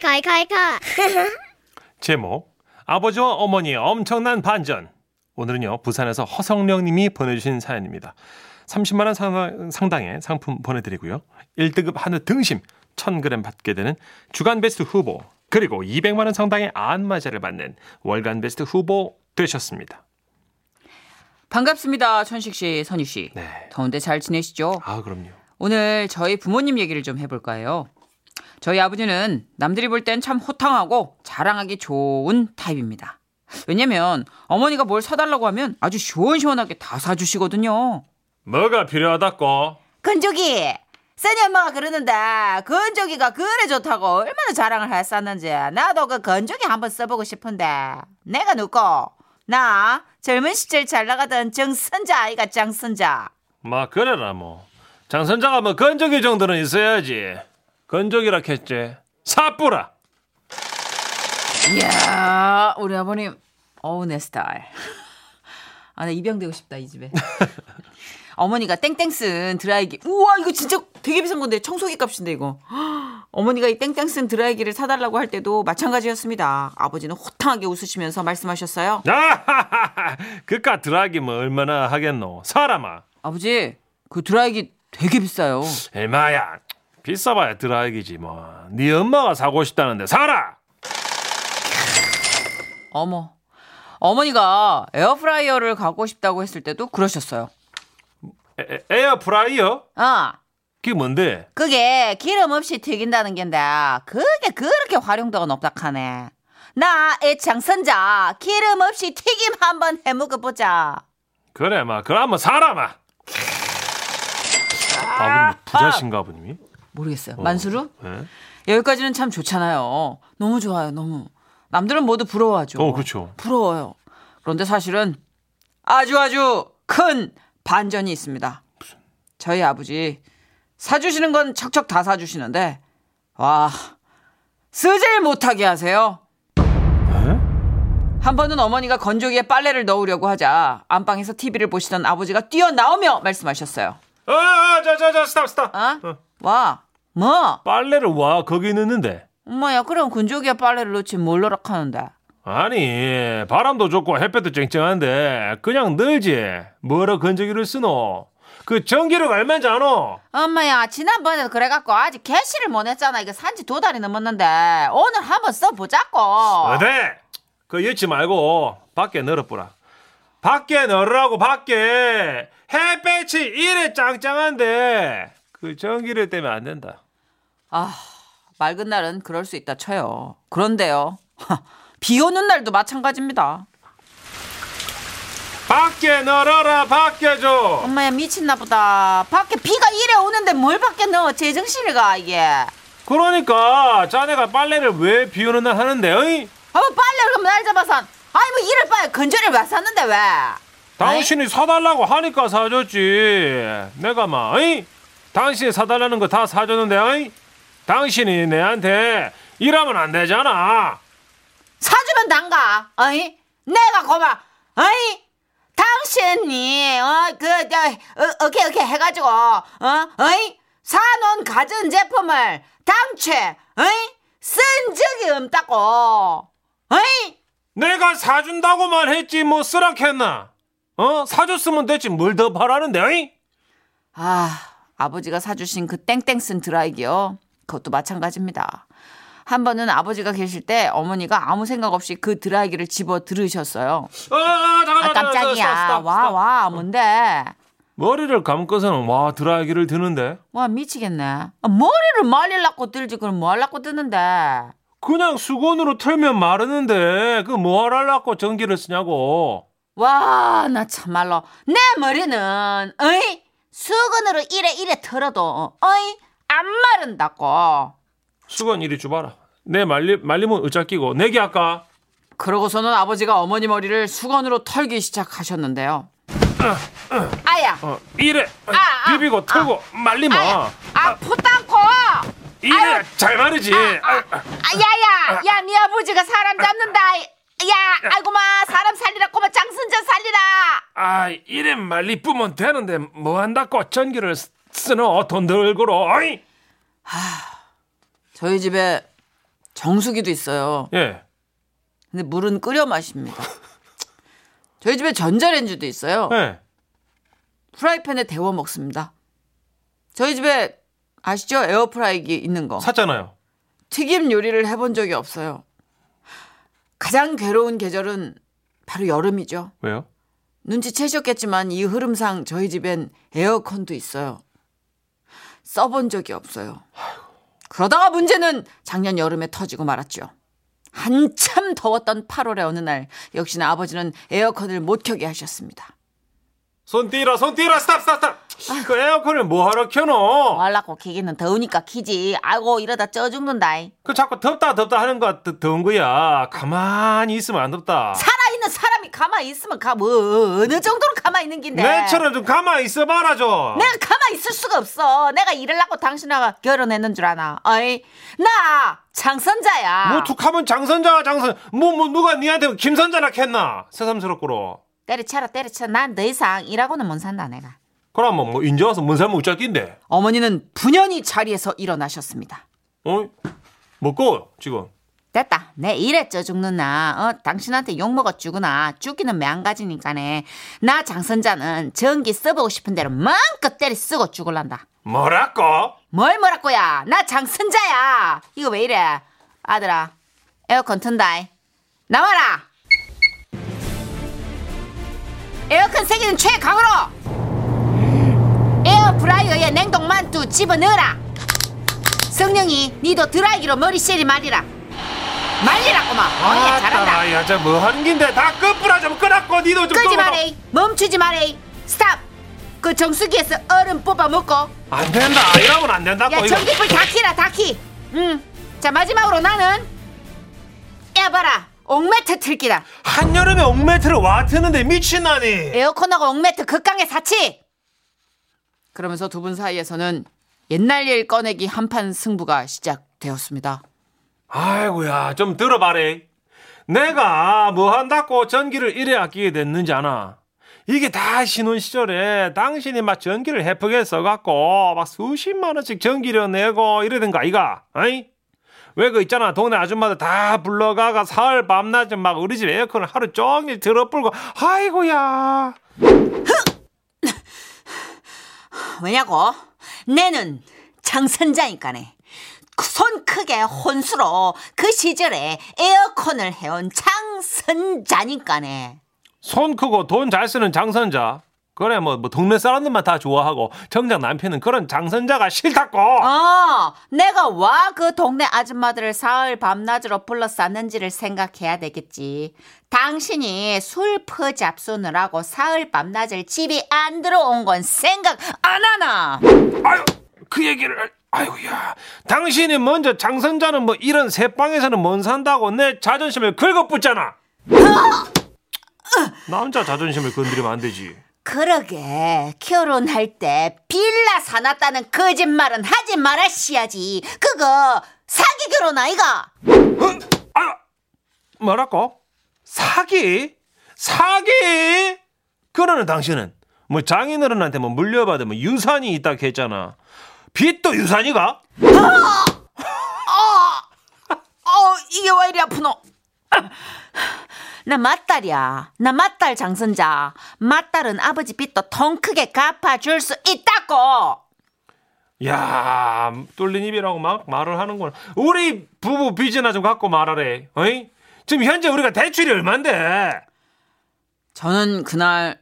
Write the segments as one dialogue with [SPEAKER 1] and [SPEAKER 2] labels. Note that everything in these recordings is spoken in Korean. [SPEAKER 1] 칼칼칼칼.
[SPEAKER 2] 제목 아버지와 어머니의 엄청난 반전 오늘은요 부산에서 허성령님이 보내주신 사연입니다 30만 원 상당의 상품 보내드리고요 1등급 한우 등심 1000g 받게 되는 주간베스트 후보 그리고 200만 원 상당의 안마자를 받는 월간베스트 후보 되셨습니다
[SPEAKER 3] 반갑습니다. 천식 씨, 선희 씨.
[SPEAKER 2] 네.
[SPEAKER 3] 더운데 잘 지내시죠?
[SPEAKER 2] 아 그럼요
[SPEAKER 3] 오늘 저희 부모님 얘기를 좀 해볼까 해요. 저희 아버지는 남들이 볼 땐 참 호탕하고 자랑하기 좋은 타입입니다. 왜냐면 어머니가 뭘 사달라고 하면 아주 시원시원하게 다 사주시거든요.
[SPEAKER 2] 뭐가 필요하다고
[SPEAKER 3] 건조기! 써니 엄마가 그러는데 건조기가 그래 좋다고 얼마나 자랑을 했었는지 나도 그 건조기 한번 써보고 싶은데 내가 누구? 나 젊은 시절 잘 나가던 정선자 아이가 장선자
[SPEAKER 2] 막 그래라 뭐 장선자가 뭐 건조기 정도는 있어야지 건조기라 했지 사뿌라
[SPEAKER 3] 이야 우리 아버님 어우 내 스타일 아나 입양되고 싶다 이 집에 어머니가 땡땡 쓴 드라이기 우와 이거 진짜 되게 비싼 건데 청소기 값인데 이거 어머니가 이 땡땡 쓴 드라이기를 사달라고 할 때도 마찬가지였습니다 아버지는 호탕하게 웃으시면서 말씀하셨어요
[SPEAKER 2] 아하하하 그깟 드라기 뭐 얼마나 하겠노 사람아
[SPEAKER 3] 아버지 그 드라이기 되게 비싸요
[SPEAKER 2] 얼마야 비싸봐야 드라이기지 뭐네 엄마가 사고 싶다는데 사라
[SPEAKER 3] 어머 어머니가 에어프라이어를 갖고 싶다고 했을 때도 그러셨어요
[SPEAKER 2] 에, 어프라이어
[SPEAKER 3] 아
[SPEAKER 2] 그게 뭔데
[SPEAKER 3] 그게 기름 없이 튀긴다는 겐데 그게 그렇게 활용도가 높다 카네. 나 애창선자 기름 없이 튀김 한번 해먹어 보자.
[SPEAKER 2] 그래 마 그럼 사람아 아버님 부자신가 아버님이
[SPEAKER 3] 모르겠어요. 만수루?
[SPEAKER 2] 예?
[SPEAKER 3] 여기까지는 참 좋잖아요. 너무 좋아요. 너무. 남들은 모두 부러워하죠.
[SPEAKER 2] 어, 그렇죠.
[SPEAKER 3] 부러워요. 그런데 사실은 아주 아주 큰 반전이 있습니다. 저희 아버지 사주시는 건 척척 다 사주시는데 와 쓰질 못하게 하세요. 한 번은 어머니가 건조기에 빨래를 넣으려고 하자 안방에서 TV를 보시던 아버지가 뛰어나오며 말씀하셨어요.
[SPEAKER 2] 아자자자 스탑 스탑
[SPEAKER 3] 어?
[SPEAKER 2] 어.
[SPEAKER 3] 와, 뭐?
[SPEAKER 2] 빨래를 와 거기 넣는데
[SPEAKER 3] 엄마야 그럼 건조기에 빨래를 넣지 뭘 넣으라 하는데.
[SPEAKER 2] 아니 바람도 좋고 햇볕도 쨍쨍한데 그냥 늘지 뭐라 건조기를 쓰노 그 전기력 얼마인지 아노
[SPEAKER 3] 엄마야 지난번에도 그래갖고 아직 개시를 못 했잖아 이거 산지 두 달이 넘었는데 오늘 한번 써보자고
[SPEAKER 2] 어데 그 잊지 말고 밖에 널어뿌라 밖에 널으라고 밖에 햇볕이 이래 짱짱한데 그 전기를 때문에 안 된다
[SPEAKER 3] 아 맑은 날은 그럴 수 있다 쳐요 그런데요 비 오는 날도 마찬가지입니다
[SPEAKER 2] 밖에 널어라 밖에 줘
[SPEAKER 3] 엄마야 미쳤나 보다 밖에 비가 이래 오는데 뭘 밖에 넣어 제정신이가 이게
[SPEAKER 2] 그러니까 자네가 빨래를 왜 비오는 날 하는데 어이?
[SPEAKER 3] 한번 빨래 그럼 날 잡아서 아니 뭐 이럴 바에 건조를 왜 샀는데 왜
[SPEAKER 2] 당신이 사달라고 하니까 사줬지 내가 막 어이? 당신이 사달라는 거 다 사줬는데 어이? 당신이 내한테 이러면 안 되잖아
[SPEAKER 3] 사주면 난가 어이 내가 고마 어이 당신이 어그 어, 오케이 오케이 해가지고 어 어이 사놓은 가전 제품을 당최 어이 쓴 적이 없다고 어이
[SPEAKER 2] 내가 사준다고만 했지 뭐 쓰라했나 어? 사줬으면 됐지 뭘 더 바라는데 어이?
[SPEAKER 3] 아 아버지가 사주신 그 땡땡 쓴 드라이기요 그것도 마찬가지입니다 한 번은 아버지가 계실 때 어머니가 아무 생각 없이 그 드라이기를 집어 들으셨어요
[SPEAKER 2] 어, 어, 잠깐,
[SPEAKER 3] 아
[SPEAKER 2] 잠깐, 스탑,
[SPEAKER 3] 깜짝이야
[SPEAKER 2] 스탑, 스탑.
[SPEAKER 3] 와 와 뭔데
[SPEAKER 2] 머리를 감고서는 와 드라이기를 드는데
[SPEAKER 3] 와 미치겠네. 아, 머리를 말리려고 들지 그럼 뭐 하려고 드는데.
[SPEAKER 2] 그냥 수건으로 틀면 마르는데 그 뭘 하려고 전기를 쓰냐고
[SPEAKER 3] 와 나 참말로 내 머리는 어이 수건으로 이래 이래 털어도 어이 안 마른다고.
[SPEAKER 2] 수건 이리 줘봐라 내 말리, 말리면 의자 끼고 내기 할까?
[SPEAKER 3] 그러고서는 아버지가 어머니 머리를 수건으로 털기 시작하셨는데요. 아야,
[SPEAKER 2] 어, 이래
[SPEAKER 3] 아,
[SPEAKER 2] 비비고 털고 말리면
[SPEAKER 3] 아야, 아프다고.
[SPEAKER 2] 이래 잘 마르지 아, 아.
[SPEAKER 3] 아야야, 야 네 아버지가 사람 잡는다. 야, 아이고마 사람 살리라 꼬마 장순자 살리라.
[SPEAKER 2] 아 이래 말리 뿌면 되는데 뭐 한다고 전기를 쓰- 쓰노 돈 들고로 어이?
[SPEAKER 3] 저희 집에 정수기도 있어요.
[SPEAKER 2] 예.
[SPEAKER 3] 근데 물은 끓여 마십니다. 저희 집에 전자레인지도 있어요.
[SPEAKER 2] 예.
[SPEAKER 3] 프라이팬에 데워 먹습니다. 저희 집에 아시죠? 에어프라이기 있는 거.
[SPEAKER 2] 샀잖아요.
[SPEAKER 3] 튀김 요리를 해본 적이 없어요. 가장 괴로운 계절은 바로 여름이죠.
[SPEAKER 2] 왜요?
[SPEAKER 3] 눈치채셨겠지만 이 흐름상 저희 집엔 에어컨도 있어요. 써본 적이 없어요. 그러다가 문제는 작년 여름에 터지고 말았죠. 한참 더웠던 8월의 어느 날 역시나 아버지는 에어컨을 못 켜게 하셨습니다.
[SPEAKER 2] 손 띄라, 손 띄라, 스탑, 스탑, 스탑. 그 에어컨을 뭐하러 켜노?
[SPEAKER 3] 말랐고 기기는 더우니까 키지. 아이고 이러다 쪄 죽는다이.
[SPEAKER 2] 그 자꾸 덥다, 덥다 하는 거 더- 더운 거야. 가만히 있으면 안 덥다.
[SPEAKER 3] 살아있는 사람이 가만히 있으면 가, 뭐, 어느 정도로 가만히 있는 긴데.
[SPEAKER 2] 내처럼 좀 가만히 있어봐라 좀.
[SPEAKER 3] 내가 가만히 있을 수가 없어. 내가 일을 하고 당신하고 결혼했는 줄 아나. 어이, 나 장선자야.
[SPEAKER 2] 뭐 툭하면 장선자 장선 뭐 뭐 누가 니한테 김선자나 캤나 새삼스럽고로
[SPEAKER 3] 때려쳐라 때려쳐. 난 더 이상 일하고는 못 산다 내가.
[SPEAKER 2] 그럼 뭐, 뭐 인제 와서 뭔 삶을 우짤낀데
[SPEAKER 3] 어머니는 분연히 자리에서 일어나셨습니다.
[SPEAKER 2] 어? 먹고 지금
[SPEAKER 3] 됐다. 내 일에 쪄 죽는 나. 어, 당신한테 욕먹어 죽으나. 죽기는 매안 가지니까네. 나 장선자는 전기 써보고 싶은 대로 마음껏 때려 쓰고 죽을란다.
[SPEAKER 2] 뭐라고?
[SPEAKER 3] 뭘 뭐라고야? 나 장선자야. 이거 왜 이래? 아들아, 에어컨 튼다이. 나와라. 에어컨 세기는 최강으로. 에어프라이어에 냉동 만두 집어넣어라. 성령이 니도 드라이기로 머리 쉐리 말이라. 말리라고만. 어이 잘한다.
[SPEAKER 2] 아따 야자뭐 하는 긴데 다 끄뿌라 좀 끄라고 니도 좀
[SPEAKER 3] 끄지
[SPEAKER 2] 끄고
[SPEAKER 3] 마레이. 멈추지 마레이. 스탑. 그 정수기에서 얼음 뽑아 먹고
[SPEAKER 2] 안 된다 이러면 안 된다고
[SPEAKER 3] 야
[SPEAKER 2] 어, 이거
[SPEAKER 3] 전기불 다 키라 다 키. 응. 자 마지막으로 나는 야 봐라 옥매트 틀기다.
[SPEAKER 2] 한여름에 옥매트를 와 트는데 미친나니
[SPEAKER 3] 에어컨하고 옥매트 극강의 사치. 그러면서 두 분 사이에서는 옛날 일 꺼내기 한판 승부가 시작되었습니다.
[SPEAKER 2] 아이고야 좀 들어봐래 내가 뭐 한다고 전기를 이래 아끼게 됐는지 아나 이게 다 신혼 시절에 당신이 막 전기를 헤프게 써갖고 막 수십만 원씩 전기료 내고 이러던가 이가 아이 왜 그 있잖아 동네 아줌마들 다 불러가가 사흘 밤낮 막 우리 집 에어컨을 하루 종일 들어불고 아이고야
[SPEAKER 3] 왜냐고? 내는 장선자니까네. 그손 크게 혼수로 그 시절에 에어컨을 해온 장선자니까네.
[SPEAKER 2] 손 크고 돈 잘 쓰는 장선자 그래 뭐, 뭐 동네 사람들만 다 좋아하고 정작 남편은 그런 장선자가 싫다고
[SPEAKER 3] 어, 내가 와 그 동네 아줌마들을 사흘 밤낮으로 불러쌌는지를 생각해야 되겠지. 당신이 술퍼 잡수느라고 사흘 밤낮을 집이 안 들어온 건 생각 안 하나.
[SPEAKER 2] 아유 그 얘기를 아유야 당신이 먼저 장선자는 뭐 이런 새빵에서는 못 산다고 내 자존심을 긁어붙잖아 남자 자존심을 건드리면 안 되지
[SPEAKER 3] 그러게 결혼할 때 빌라 사놨다는 거짓말은 하지 말아시야지. 그거 사기 결혼 아이가.
[SPEAKER 2] 어? 아유 뭐라고 사기 사기 그러는 당신은 뭐 장인어른한테 뭐 물려받은 뭐 유산이 있다고 했잖아 빚도 유산이가
[SPEAKER 3] 어 이게 왜 이리 아프노? 나 맞딸이야. 나 맞딸 장선자. 맞딸은 아버지 빚도 통 크게 갚아줄 수 있다고.
[SPEAKER 2] 야 뚫린 입이라고 막 말을 하는구나 우리 부부 빚이나 좀 갖고 말하래 어이? 지금 현재 우리가 대출이 얼만데
[SPEAKER 3] 저는 그날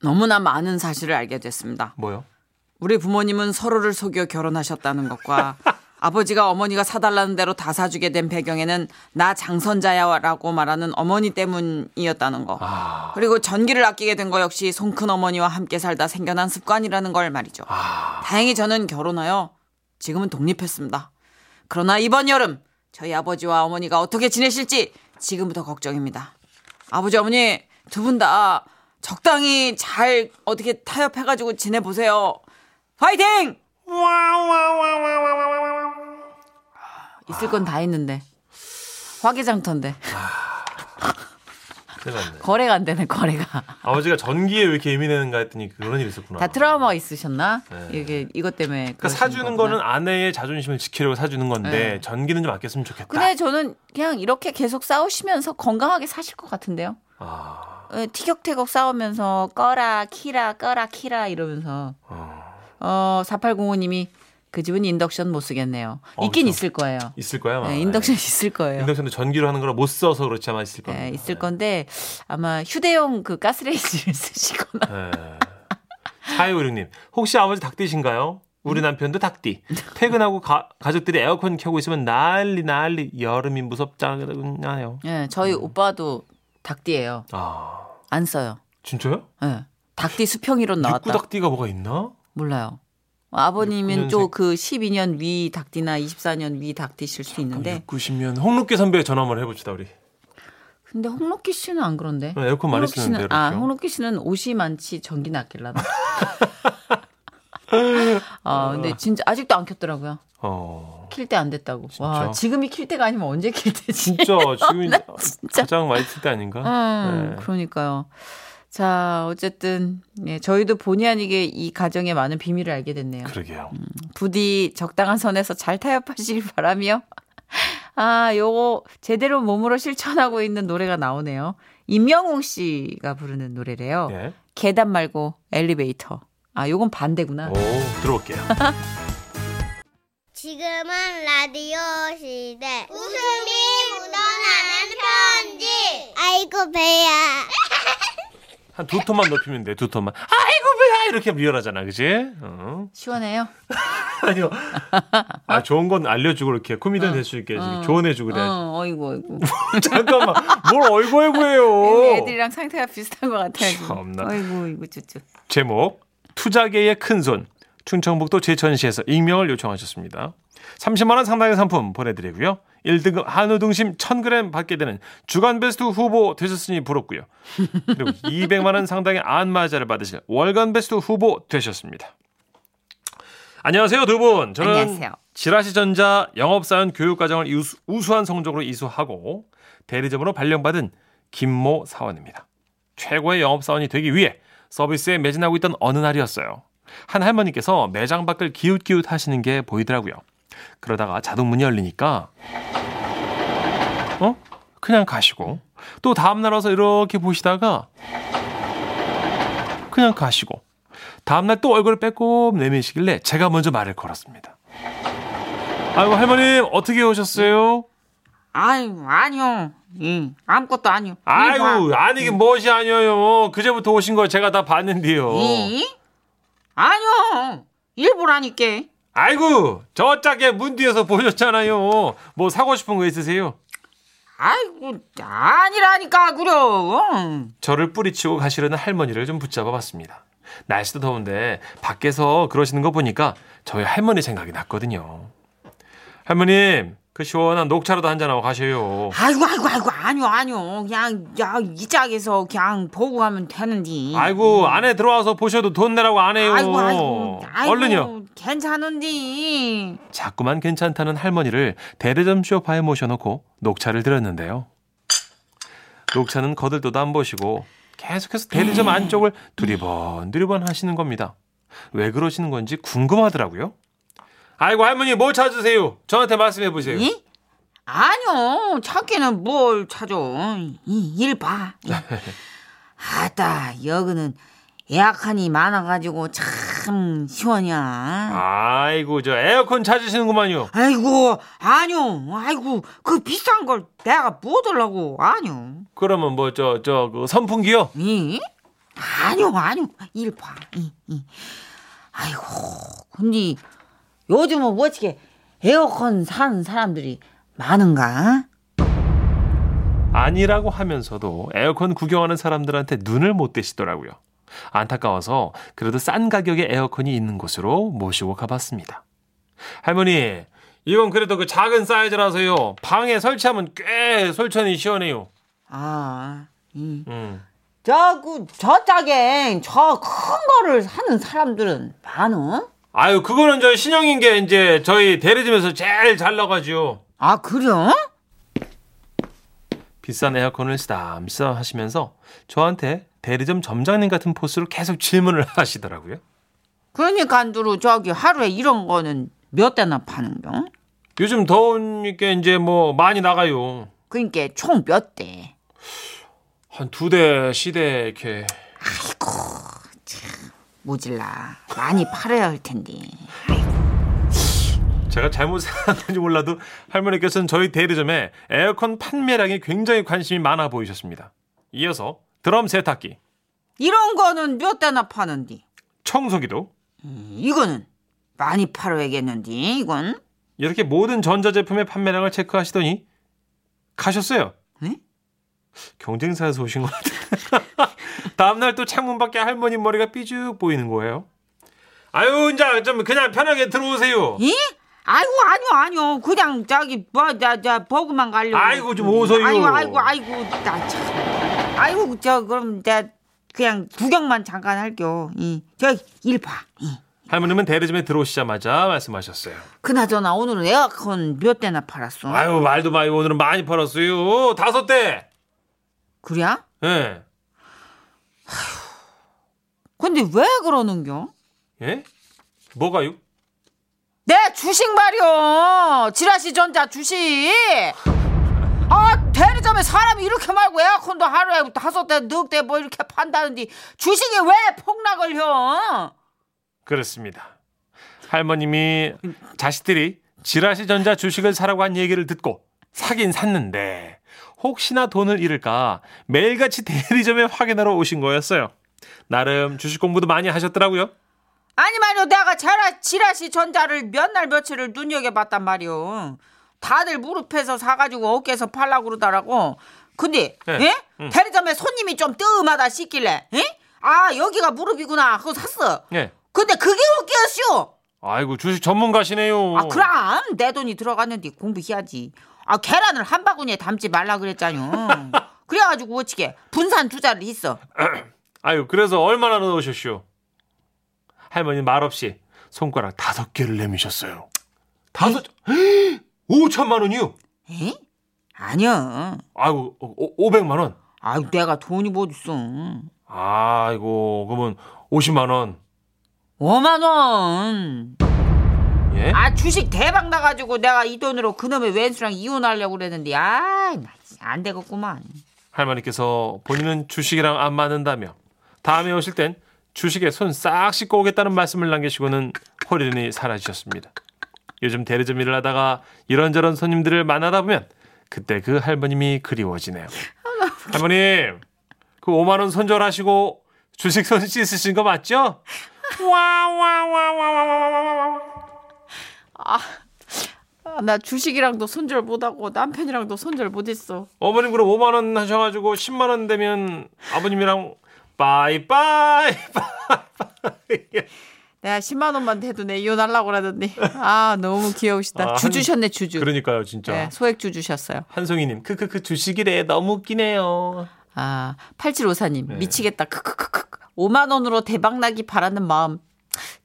[SPEAKER 3] 너무나 많은 사실을 알게 됐습니다.
[SPEAKER 2] 뭐요?
[SPEAKER 3] 우리 부모님은 서로를 속여 결혼하셨다는 것과 아버지가 어머니가 사달라는 대로 다 사주게 된 배경에는 나 장선자야라고 말하는 어머니 때문이었다는 거. 그리고 전기를 아끼게 된 거 역시 손 큰 어머니와 함께 살다 생겨난 습관이라는 걸 말이죠. 다행히 저는 결혼하여 지금은 독립했습니다. 그러나 이번 여름 저희 아버지와 어머니가 어떻게 지내실지 지금부터 걱정입니다. 아버지 어머니 두 분 다 적당히 잘 어떻게 타협해가지고 지내보세요. 파이팅!
[SPEAKER 2] 와와와와와와와
[SPEAKER 3] 있을 건 다 있는데 화개장터인데
[SPEAKER 2] 큰일 났네.
[SPEAKER 3] 거래가 안 되네 거래가.
[SPEAKER 2] 아버지가 전기에 왜 이렇게 예민했는가 했더니 그런 일이 있었구나.
[SPEAKER 3] 다 트라우마가 있으셨나?
[SPEAKER 2] 네.
[SPEAKER 3] 이게 이것 때문에.
[SPEAKER 2] 그러니까
[SPEAKER 3] 그러시는
[SPEAKER 2] 사주는
[SPEAKER 3] 거구나.
[SPEAKER 2] 거는 아내의 자존심을 지키려고 사주는 건데
[SPEAKER 3] 네.
[SPEAKER 2] 전기는 좀 아꼈으면 좋겠다.
[SPEAKER 3] 근데 저는 그냥 이렇게 계속 싸우시면서 건강하게 사실 것 같은데요.
[SPEAKER 2] 아,
[SPEAKER 3] 예, 티격태격 싸우면서 꺼라 키라 꺼라 키라 이러면서
[SPEAKER 2] 어,
[SPEAKER 3] 어 4805님이 그 집은 인덕션 못 쓰겠네요.
[SPEAKER 2] 어,
[SPEAKER 3] 있긴
[SPEAKER 2] 그쵸.
[SPEAKER 3] 있을 거예요.
[SPEAKER 2] 있을 거야. 아마. 네.
[SPEAKER 3] 예, 인덕션 있을 거예요.
[SPEAKER 2] 인덕션도 전기로 하는 거라 못 써서 그렇지 아마 있을 겁니다.
[SPEAKER 3] 예, 있을 건데 아마 휴대용 그 가스레인지를 쓰시거나
[SPEAKER 2] 사이오륙님 예. 혹시 아버지 닭띠신가요? 우리 남편도 닭띠. 퇴근하고 가, 가족들이 에어컨 켜고 있으면 난리 난리 여름이 무섭잖아요.
[SPEAKER 3] 예, 저희
[SPEAKER 2] 음.
[SPEAKER 3] 오빠도 닭띠예요.
[SPEAKER 2] 아
[SPEAKER 3] 안 써요.
[SPEAKER 2] 진짜요?
[SPEAKER 3] 예. 닭띠 수평이론 나왔다.
[SPEAKER 2] 육구닭띠가 뭐가 있나?
[SPEAKER 3] 몰라요. 아버님은
[SPEAKER 2] 69년생.
[SPEAKER 3] 또 그 12년 위 닭띠나 24년 위 닭띠실 수 있는데
[SPEAKER 2] 6, 90년 홍록기 선배 전화 한번 해봅시다 우리.
[SPEAKER 3] 근데 홍록기 씨는 안 그런데.
[SPEAKER 2] 네, 에어컨 많이
[SPEAKER 3] 홍록기
[SPEAKER 2] 쓰는데
[SPEAKER 3] 씨는 아
[SPEAKER 2] 이렇게요.
[SPEAKER 3] 홍록기 씨는 옷이 많지 전기 낫길라나. 아 근데 진짜 아직도 안 켰더라고요.
[SPEAKER 2] 어
[SPEAKER 3] 킬 때 안 됐다고.
[SPEAKER 2] 진짜?
[SPEAKER 3] 와 지금이 킬 때가 아니면 언제 킬 때지?
[SPEAKER 2] 진짜 지금
[SPEAKER 3] 나 진짜.
[SPEAKER 2] 가장 많이 쓸 때 아닌가?
[SPEAKER 3] 음,
[SPEAKER 2] 네.
[SPEAKER 3] 그러니까요. 자 어쨌든 예, 저희도 본의 아니게 이 가정의 많은 비밀을 알게 됐네요.
[SPEAKER 2] 예, 그러게요.
[SPEAKER 3] 음. 부디 적당한 선에서 잘 타협하시길 바라며. 아, 요거 제대로 몸으로 실천하고 있는 노래가 나오네요. 임영웅 씨가 부르는 노래래요.
[SPEAKER 2] 예.
[SPEAKER 3] 계단 말고 엘리베이터. 아, 요건 반대구나.
[SPEAKER 2] 오 들어볼게요.
[SPEAKER 1] 지금은 라디오 시대. 웃음이 묻어나는 편지. 아이고, 배야.
[SPEAKER 2] 한 두 톤만 높이면 돼. 두 톤만. 아이고 뭐야 이렇게 리얼하잖아, 그지? 어.
[SPEAKER 3] 시원해요.
[SPEAKER 2] 아니요. 아 좋은 건 알려주고 이렇게 코미디언 될 수 있게 이렇게 조언해주고 그래.
[SPEAKER 3] 어, 어이구, 어이구.
[SPEAKER 2] 잠깐만 뭘
[SPEAKER 3] 근데
[SPEAKER 2] 얼굴구해요.
[SPEAKER 3] 애들이랑 상태가 비슷한 것 같아요. 지금.
[SPEAKER 2] 참나.
[SPEAKER 3] 어이구, 어이구, 쭈쭈.
[SPEAKER 2] 제목 투자계의 큰손 충청북도 제천시에서 익명을 요청하셨습니다. 30만 원 상당의 상품 보내드리고요. 1등급 한우 등심 1,000g 받게 되는 주간 베스트 후보 되셨으니 부럽고요. 그리고 200만 원 상당의 안마자를 받으실 월간 베스트 후보 되셨습니다. 안녕하세요 두 분. 저는
[SPEAKER 3] 안녕하세요.
[SPEAKER 2] 지라시전자 영업사원 교육과정을 우수, 우수한 성적으로 이수하고 대리점으로 발령받은 김모 사원입니다. 최고의 영업사원이 되기 위해 서비스에 매진하고 있던 어느 날이었어요. 한 할머니께서 매장 밖을 기웃기웃 하시는 게 보이더라고요. 그러다가 자동문이 열리니까 어? 그냥 가시고 또 다음날 와서 이렇게 보시다가 그냥 가시고 다음날 또 얼굴을 빼꼼 내미시길래 제가 먼저 말을 걸었습니다. 아이고 할머님 어떻게 오셨어요?
[SPEAKER 3] 아유, 아니요. 예, 아무것도 아니요. 그러니까
[SPEAKER 2] 아이고 아니 이게 무엇이 아니에요. 그제부터 오신 걸 제가 다 봤는데요.
[SPEAKER 3] 음. 아니요. 일부라니까.
[SPEAKER 2] 아이고 저 짝에 문 뒤에서 보셨잖아요. 뭐 사고 싶은 거 있으세요?
[SPEAKER 3] 아이고, 아니라니까, 그려. 어.
[SPEAKER 2] 저를 뿌리치고 가시려는 할머니를 좀 붙잡아 봤습니다. 날씨도 더운데 밖에서 그러시는 거 보니까 저희 할머니 생각이 났거든요. 할머님 그 시원한 녹차라도 한 잔 하고 가세요.
[SPEAKER 3] 아이고, 아이고, 아이고, 아니요, 아니요. 그냥, 야, 이 짝에서 그냥 보고 가면 되는데.
[SPEAKER 2] 아이고 안에 들어와서 보셔도 돈 내라고 안 해요.
[SPEAKER 3] 아이고, 아이고, 아이고,
[SPEAKER 2] 얼른요.
[SPEAKER 3] 괜찮은데.
[SPEAKER 2] 자꾸만 괜찮다는 할머니를 대대점 쇼파에 모셔놓고 녹차를 들었는데요. 녹차는 거들떠도 안 보시고 계속해서 대대점 안쪽을 두리번 두리번 하시는 겁니다. 왜 그러시는 건지 궁금하더라고요. 아이고 할머니 뭐 찾으세요? 저한테 말씀해 보세요.
[SPEAKER 3] 이? 아니요, 찾기는 뭘 찾아. 이, 일 봐. 아따, 여기는 예약한이 많아가지고 참
[SPEAKER 2] 아,
[SPEAKER 3] 시원이야.
[SPEAKER 2] 아이고 저 에어컨 찾으시는구만요.
[SPEAKER 3] 아이고, 아니요, 아이고, 그 비싼 걸 내가 뭐 들라고, 아니요.
[SPEAKER 2] 그러면 뭐 저 저 선풍기요?
[SPEAKER 3] 이? 아니요, 아니요. 일 봐. 이, 이. 아이고, 근데 요즘은 뭐 어떻게 에어컨 사는 사람들이 많은가?
[SPEAKER 2] 아니라고 하면서도 에어컨 구경하는 사람들한테 눈을 못 떼시더라고요. 안타까워서 그래도 싼 가격에 에어컨이 있는 곳으로 모시고 가봤습니다. 할머니, 이건 그래도 그 작은 사이즈라서요. 방에 설치하면 꽤 솔천이 시원해요.
[SPEAKER 3] 아, 이.
[SPEAKER 2] 음.
[SPEAKER 3] 자꾸 저 짝에 저 큰 거를 사는 사람들은 많어?
[SPEAKER 2] 아유, 그거는 저 신형인 게 이제 저희 대리점에서 제일 잘 나가지요.
[SPEAKER 3] 아, 그래?
[SPEAKER 2] 비싼 에어컨을 쓰담쓰담 하시면서 저한테 대리점 점장님 같은 포스로 계속 질문을 하시더라고요.
[SPEAKER 3] 그러니까 안두루 저기 하루에 이런 거는 몇 대나 파는겨?
[SPEAKER 2] 요즘 더우니까 이제 뭐 많이 나가요.
[SPEAKER 3] 그러니까 총 몇 대?
[SPEAKER 2] 한 두 대, 시대 이렇게.
[SPEAKER 3] 모질라 많이 팔아야 할 텐데.
[SPEAKER 2] 제가 잘못 생각한지 몰라도 할머니께서는 저희 대리점에 에어컨 판매량이 굉장히 관심이 많아 보이셨습니다. 이어서 드럼 세탁기,
[SPEAKER 3] 이런 거는 몇 대나 파는디?
[SPEAKER 2] 청소기도
[SPEAKER 3] 이거는 많이 팔아야겠는디 이건?
[SPEAKER 2] 이렇게 모든 전자제품의 판매량을 체크하시더니 가셨어요.
[SPEAKER 3] 네?
[SPEAKER 2] 경쟁사에서 오신 것 같아요. 다음날 또 창문 밖에 할머니 머리가 삐죽 보이는 거예요. 아유, 이제 좀 그냥 편하게 들어오세요.
[SPEAKER 3] 이? 아이고 아니요 아니요 그냥 저기 뭐자자 보고만 가려고.
[SPEAKER 2] 아이고, 좀 오세요.
[SPEAKER 3] 아이고 아이고 아이고 나 참. 아이고 저 그럼 나 그냥 구경만 잠깐 할게요. 이 저기 일 봐. 이.
[SPEAKER 2] 할머님은 대리점에 들어오시자마자 말씀하셨어요.
[SPEAKER 3] 그나저나 오늘은 에어컨 몇 대나 팔았어?
[SPEAKER 2] 아유, 말도 마요. 오늘은 많이 팔았어요. 다섯 대.
[SPEAKER 3] 그래?
[SPEAKER 2] 예.
[SPEAKER 3] 근데 왜 그러는겨?
[SPEAKER 2] 예? 뭐가요?
[SPEAKER 3] 내 주식 말이요. 지라시 전자 주식. 아 대리점에 사람이 이렇게 말고 에어컨도 하루에 다섯 대, 넉 대 뭐 이렇게 판다는데 주식이 왜 폭락을 혀?
[SPEAKER 2] 그렇습니다. 할머님이 자식들이 지라시 전자 주식을 사라고 한 얘기를 듣고 사긴 샀는데 혹시나 돈을 잃을까 매일같이 대리점에 확인하러 오신 거였어요. 나름 주식 공부도 많이 하셨더라고요.
[SPEAKER 3] 아니 말이요 내가 지라, 지라시 전자를 몇 날 며칠을 눈여겨봤단 말이요. 다들 무릎에서 사가지고 어깨에서 팔라 그러더라고. 근데
[SPEAKER 2] 네.
[SPEAKER 3] 예? 대리점에 손님이 좀 뜸하다 싶길래 예? 아 여기가 무릎이구나 하고 샀어.
[SPEAKER 2] 예.
[SPEAKER 3] 근데 그게 웃겨시오.
[SPEAKER 2] 아이고 주식 전문가시네요.
[SPEAKER 3] 아 그럼 내 돈이 들어갔는데 공부해야지. 아 계란을 한 바구니에 담지 말라 그랬잖요. 그래가지고 어찌게 분산 투자를 했어.
[SPEAKER 2] 아유 그래서 얼마나 넣으셨쇼? 할머니 말없이 손가락 다섯 개를 내미셨어요. 다섯 오천만 원이요?
[SPEAKER 3] 에? 아니야.
[SPEAKER 2] 아이고 오백만 원.
[SPEAKER 3] 아 내가 돈이 뭐 있어.
[SPEAKER 2] 아이고 그러면 50만 원.
[SPEAKER 3] 5만 원.
[SPEAKER 2] 예?
[SPEAKER 3] 아 주식 대박 나가지고 내가 이 돈으로 그놈의 왼수랑 이혼하려고 그랬는데 아안 되겠구만.
[SPEAKER 2] 할머니께서 본인은 주식이랑 안 맞는다며 다음에 오실 땐 주식에 손 싹 씻고 오겠다는 말씀을 남기시고는 홀연히 사라지셨습니다. 요즘 대리점 일을 하다가 이런저런 손님들을 만나다 보면 그때 그 할머님이 그리워지네요. 할머님, 그 5만 원 손절하시고 주식 손 씻으신 거 맞죠? 와와와와와와와와
[SPEAKER 4] 아, 나 주식이랑도 손절 못하고 남편이랑도 손절 못했어.
[SPEAKER 2] 어머님 그럼 5만 원 하셔가지고 10만 원 되면 아버님이랑 빠이빠이
[SPEAKER 4] 내가 10만 원만 돼도 내 이혼하려고 그러더니 아 너무 귀여우시다.
[SPEAKER 2] 아,
[SPEAKER 4] 주 주셨네 주주.
[SPEAKER 2] 그러니까요 진짜
[SPEAKER 4] 네, 소액 주 주셨어요.
[SPEAKER 2] 한송이님 크크크 주식이래 너무 웃기네요
[SPEAKER 4] 아 8754님
[SPEAKER 2] 네.
[SPEAKER 4] 미치겠다. 크크크크. 5만 원으로 대박 나기 바라는 마음.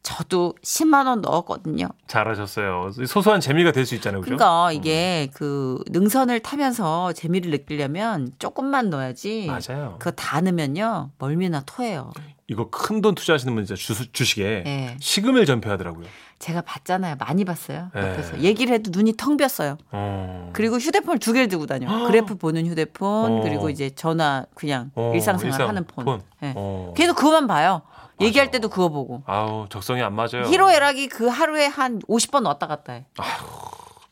[SPEAKER 4] 저도 10만 원 넣었거든요.
[SPEAKER 2] 잘하셨어요 소소한 재미가 될 수 있잖아요 음. 그죠?
[SPEAKER 4] 그러니까 이게 그 능선을 타면서 재미를 느끼려면 조금만 넣어야지.
[SPEAKER 2] 맞아요
[SPEAKER 4] 음. 그거 다 넣으면요 멀미나 토해요.
[SPEAKER 2] 이거 큰 돈 투자하시는 분 진짜 주, 주식에
[SPEAKER 4] 네.
[SPEAKER 2] 식음을 전폐하더라고요
[SPEAKER 4] 제가 봤잖아요. 많이 봤어요.
[SPEAKER 2] 예.
[SPEAKER 4] 옆에서 얘기를 해도 눈이 텅 비었어요.
[SPEAKER 2] 어.
[SPEAKER 4] 그리고 휴대폰을 두 개를 들고 다녀. 그래프 보는 휴대폰,
[SPEAKER 2] 어.
[SPEAKER 4] 그리고 이제 전화 그냥
[SPEAKER 2] 어,
[SPEAKER 4] 일상생활
[SPEAKER 2] 일상
[SPEAKER 4] 하는 폰.
[SPEAKER 2] 폰.
[SPEAKER 4] 예.
[SPEAKER 2] 어.
[SPEAKER 4] 계속 그거만 봐요. 얘기할
[SPEAKER 2] 맞아.
[SPEAKER 4] 때도 그거 보고.
[SPEAKER 2] 아우 적성이 안 맞아요
[SPEAKER 4] 희로애락이 그 하루에 한 50번 왔다 갔다 해.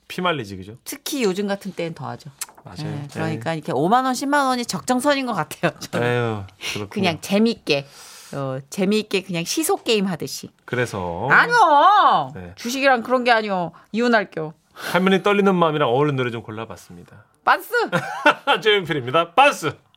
[SPEAKER 2] 피말리지 그죠?
[SPEAKER 4] 특히 요즘 같은 때엔 더하죠. 예,
[SPEAKER 2] 맞아요
[SPEAKER 4] 그러니까 이렇게 5만 원, 10만 원이 적정선인 것 같아요.
[SPEAKER 2] 에이,
[SPEAKER 4] 저는.
[SPEAKER 2] 에휴 예. 그렇군요.
[SPEAKER 4] 그냥 재미있게. 어, 재미있게 그냥 시소 게임 하듯이.
[SPEAKER 2] 그래서
[SPEAKER 4] 아니요.
[SPEAKER 2] 어. 네.
[SPEAKER 4] 주식이랑 그런 게 아니요. 이혼할게요.
[SPEAKER 2] 할머니 떨리는 마음이랑 어울리는 노래 좀 골라봤습니다
[SPEAKER 4] 빤스.
[SPEAKER 2] 최윤필입니다. 빤스.